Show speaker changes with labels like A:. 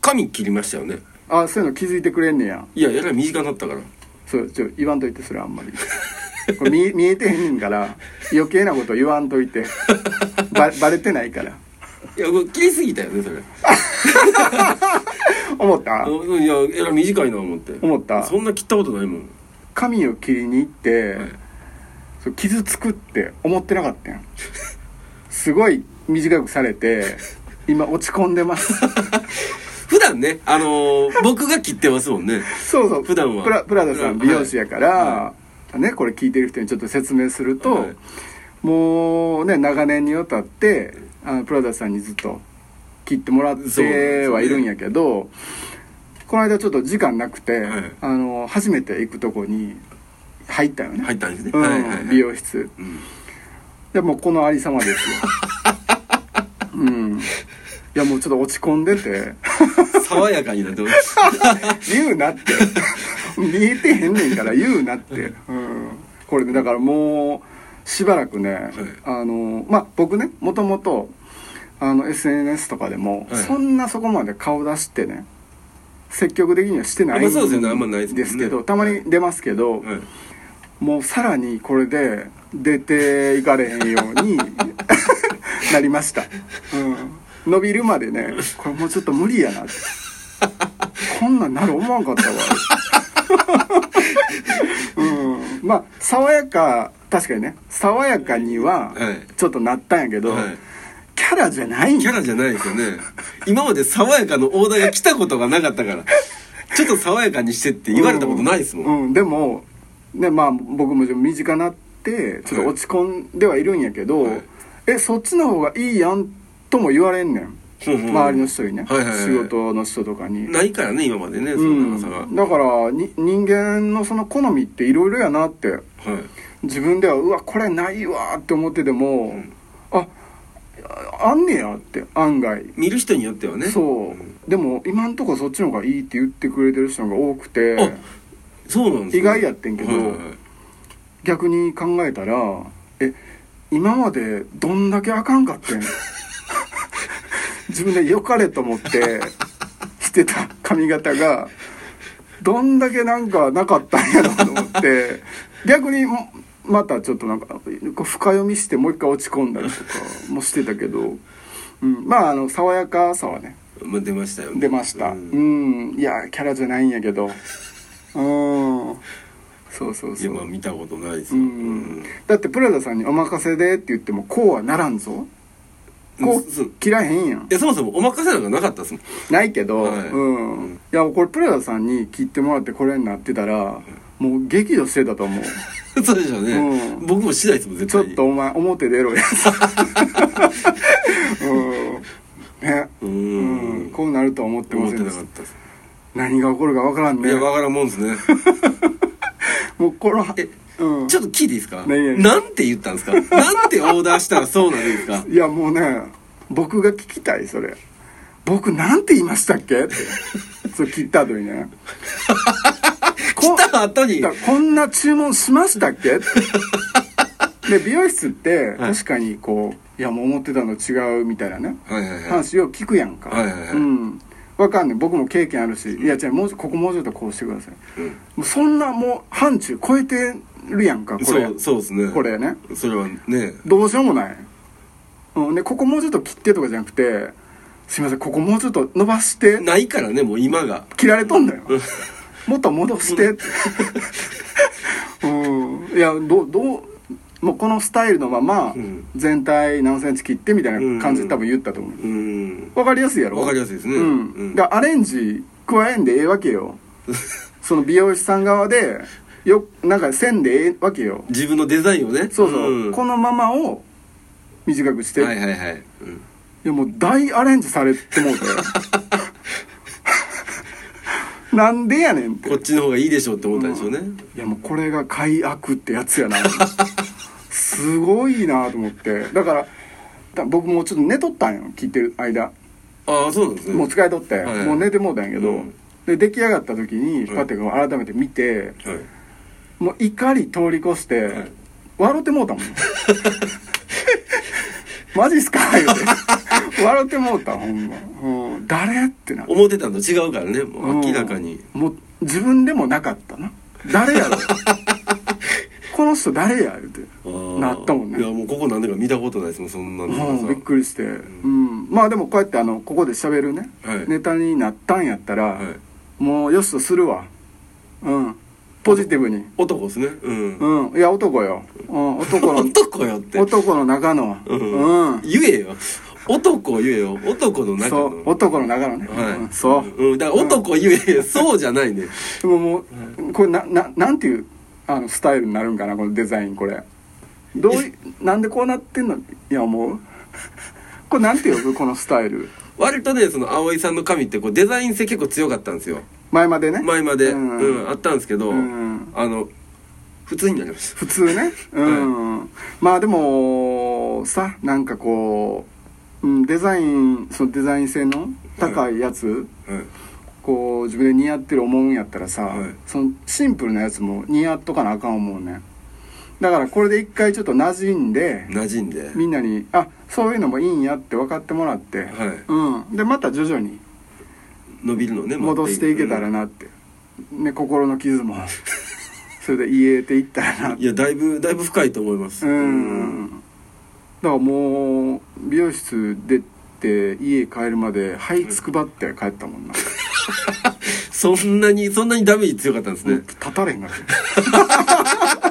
A: 髪切りましたよね
B: あそういうの気づいてくれんねや
A: いやえらい短なったから
B: そうちょ言わんといてそれあんまりこれ見見えてへんねんから余計なこと言わんといてばバレてないから
A: いやこれ切りすぎたよねそれ
B: 思った
A: おいやえらい短いな思って
B: 思った
A: そんな切ったことないもん
B: 髪を切りに行って、
A: はい
B: そう傷つくって思ってなかったやんすごい短くされて今落ち込んでます
A: 普段ねあのー僕が切ってますもんね
B: そうそう
A: 普段は
B: プラプラダさん
A: はい
B: 美容師やから、ね、これ聞いてる人にちょっと説明すると、
A: はい
B: もうね長年にわたってあのプラダさんにずっと切ってもらっ
A: そうなんです
B: て
A: よ
B: は
A: ね
B: いるんやけど、この間ちょっと時間なくて、
A: はい
B: あの初めて行くとこに入ったよね
A: 入ったんですね、
B: うん
A: はいはい、はい、
B: 美容室
A: うん
B: いやもうこのありさ まですようんいやもうちょっと落ち込んでて
A: 爽やかになってます
B: 言うなって見えてへんねんから言うなって、うん、これねだからもうしばらくね、あのまあ僕ねもともとあの SNS とかでも、
A: はい
B: そんなそこまで顔出してね積極的にはしてない
A: まあそうですよねあんまないですもんね
B: ですけどたまに出ますけ
A: は
B: ど、
A: い
B: もうさらにこれで出ていかれへんよ うになりました、うん、伸びるまでねこれもうちょっと無理やなってこんなんなる思わんかったわ、 うん、まあ爽やか確かにね爽やかには
A: はい
B: ちょっとなったんやけど、
A: はい
B: キャラじゃないん
A: キャ
B: や
A: ラじゃないですよね今まで爽やかのオーダーが来たことがなかったからちょっと爽やかにしてって言われたことないですもん、
B: うんうんでもねまあ僕も身近なってちょっと落ち込んではいるんやけど、
A: はい
B: えそっちの方がいいやんとも言われんねん、
A: うんうん
B: 周りの人にね、
A: はいはいはい
B: 仕事の人とかに、
A: ないからね今までねそうの長さが、
B: ん、だからに人間のその好みっていろいろやなって
A: はい
B: 自分ではうわこれないわって思ってても、あああんねやって案外
A: 見る人によってはね
B: そうでも今んとこそっちの方がいいって言ってくれてる人が多くて
A: あそうなんですね
B: 意外やってんけど
A: はいはいはい
B: 逆に考えたらえ今までどんだけあかんかってん 自分で良かれと思ってしてた髪型がどんだけなんかなかったんやろうと思って逆にもまたちょっとなんかこう深読みしてもう一回落ち込んだりとかもしてたけど、うん、まああの爽やかさはね
A: まあ、出ましたよね
B: 出ましたう
A: うんん、
B: いやキャラじゃないんやけどうんそうそう
A: い
B: そ
A: や
B: う
A: まあ見たことないです
B: う
A: よ、
B: んだってプラダさんに「お任せで」って言ってもこうはならんぞこ
A: うんそう
B: う切らへんやん
A: いやそもそもお任せなんかなかったですもん
B: ないけど、
A: はい
B: うん、いやこれプラダさんに切ってもらってこれになってたらもう激怒してたと思う
A: そうでしょうね、
B: うん
A: 僕もしないですもん絶
B: ちょ
A: 対
B: っ
A: に
B: とお前表出ろ やうんね
A: う
B: うんん、こうなるとは思ってま
A: 思っ
B: せ
A: て
B: んで
A: な
B: し
A: か
B: た
A: ったです、
B: 何が起こるかわからん
A: い
B: ね
A: やわからんもんですね
B: もうこれは
A: え
B: うん
A: ちょっと聞いていいですか
B: 何々
A: なんて言ったんですかなんてオーダーしたらそうなんです か
B: いやもうね僕が聞きたいそれ僕なんて言いましたっけってそう切った後にねこ
A: 来た後に
B: だからこんな注文しましたっ けで美容室って
A: はい
B: 確かにこう、い、やもう思ってたの違うみたいなね
A: はいはいはい
B: 話を聞くやんか、
A: はいはいはい
B: うんわかんない僕も経験あるしいや違うもうここもうちょっとこうしてください、
A: うん
B: もうそんなもう範疇超えてるやんかこれ
A: そうそうですね
B: これね
A: それはね
B: どうしようもない、うん、でここもうちょっと切ってとかじゃなくてすいませんここもうちょっと伸ばして
A: ないからねもう今が
B: 切られとんだよもっと戻してってうんいやどうどうもうこのスタイルのまま
A: うん
B: 全体何センチ切ってみたいな感じで多分言ったと思う
A: うん
B: わかりやすいやろ
A: わかりやすいですね
B: う
A: うん
B: ん、だからアレンジ加えんでええわ けよその美容師さん側でよなんか線でええわけよ
A: 自分のデザインをね
B: そうそう、
A: ん
B: このままを短くして、
A: はい
B: い、
A: はいはい、うん
B: やもう大アレンジされても うてなんでやねんって
A: こっちの方がいいでしょうって思ったんでしょうね、
B: いやもうこれが快悪ってやつやな すごいなと思ってだからだ僕もうちょっと寝とったんよ聞いてる間
A: ああそうなんですね
B: もう疲れとって、
A: はい
B: もう寝てもうたんやけど、
A: うん
B: で出来上がった時に
A: はい
B: パテが改めて見て、
A: はい、
B: もう怒り通り越して、
A: はい
B: 笑ってもうたもんマジっすか?」言うて笑ってもうたほんま「うん、誰?」ってな
A: 思ってたんと違うからねもう明らかに
B: うんもう自分でもなかったな 誰やろこの人誰や言うて
A: あー
B: なったもんね
A: いやもうここ何年か見たことないですもんそんなの
B: もうび
A: り
B: っくりして、うん、まあでもこうやってあのここで喋るね、
A: はい
B: ネタになったんやったら、
A: はい
B: もうよしとするわうんポジティブに
A: 男ですねうん、
B: うんいや男よ、うん、男の
A: 男よって
B: 男の中の
A: う
B: うんん、
A: 言えよ男言えよ男の中
B: そ
A: の
B: う男の中のね、
A: はい、
B: うんそう、
A: ん、だから男言えよ、そうじゃないね
B: でももうこれなななんていうあのスタイルになるんかなこのデザインこれどういなんでこうなってんのいや思う これなんて呼ぶこのスタイル
A: 割とねその葵さんの髪ってこうデザイン性結構強かったんですよ
B: 前までね
A: 前まで、う
B: うんん
A: あったんですけど、
B: うん
A: あの普通になりました
B: 普 通ねうん、まあでもさなんかこう、うん、デザインそのデザイン性の高いやつ、
A: はい
B: こう自分で似合ってる思うんやったらさ、
A: はい
B: そのシンプルなやつも似合っとかなあかん思うねだからこれで一回ちょっと馴染んで
A: 馴染んで
B: みんなにあそういうのもいいんやって分かってもらって、
A: はい
B: うん、でまた徐々に
A: 伸びるのね
B: 戻していけたら
A: な
B: なって、ね、心の傷もそれで癒えていったらなって
A: いやだいぶだいぶ深いと思います
B: うんだからもう美容室出て家帰るまではいつくばって帰ったもんな、
A: そんなにそんなにダメージ強かったんです
B: もう
A: ね
B: 立たれへんかった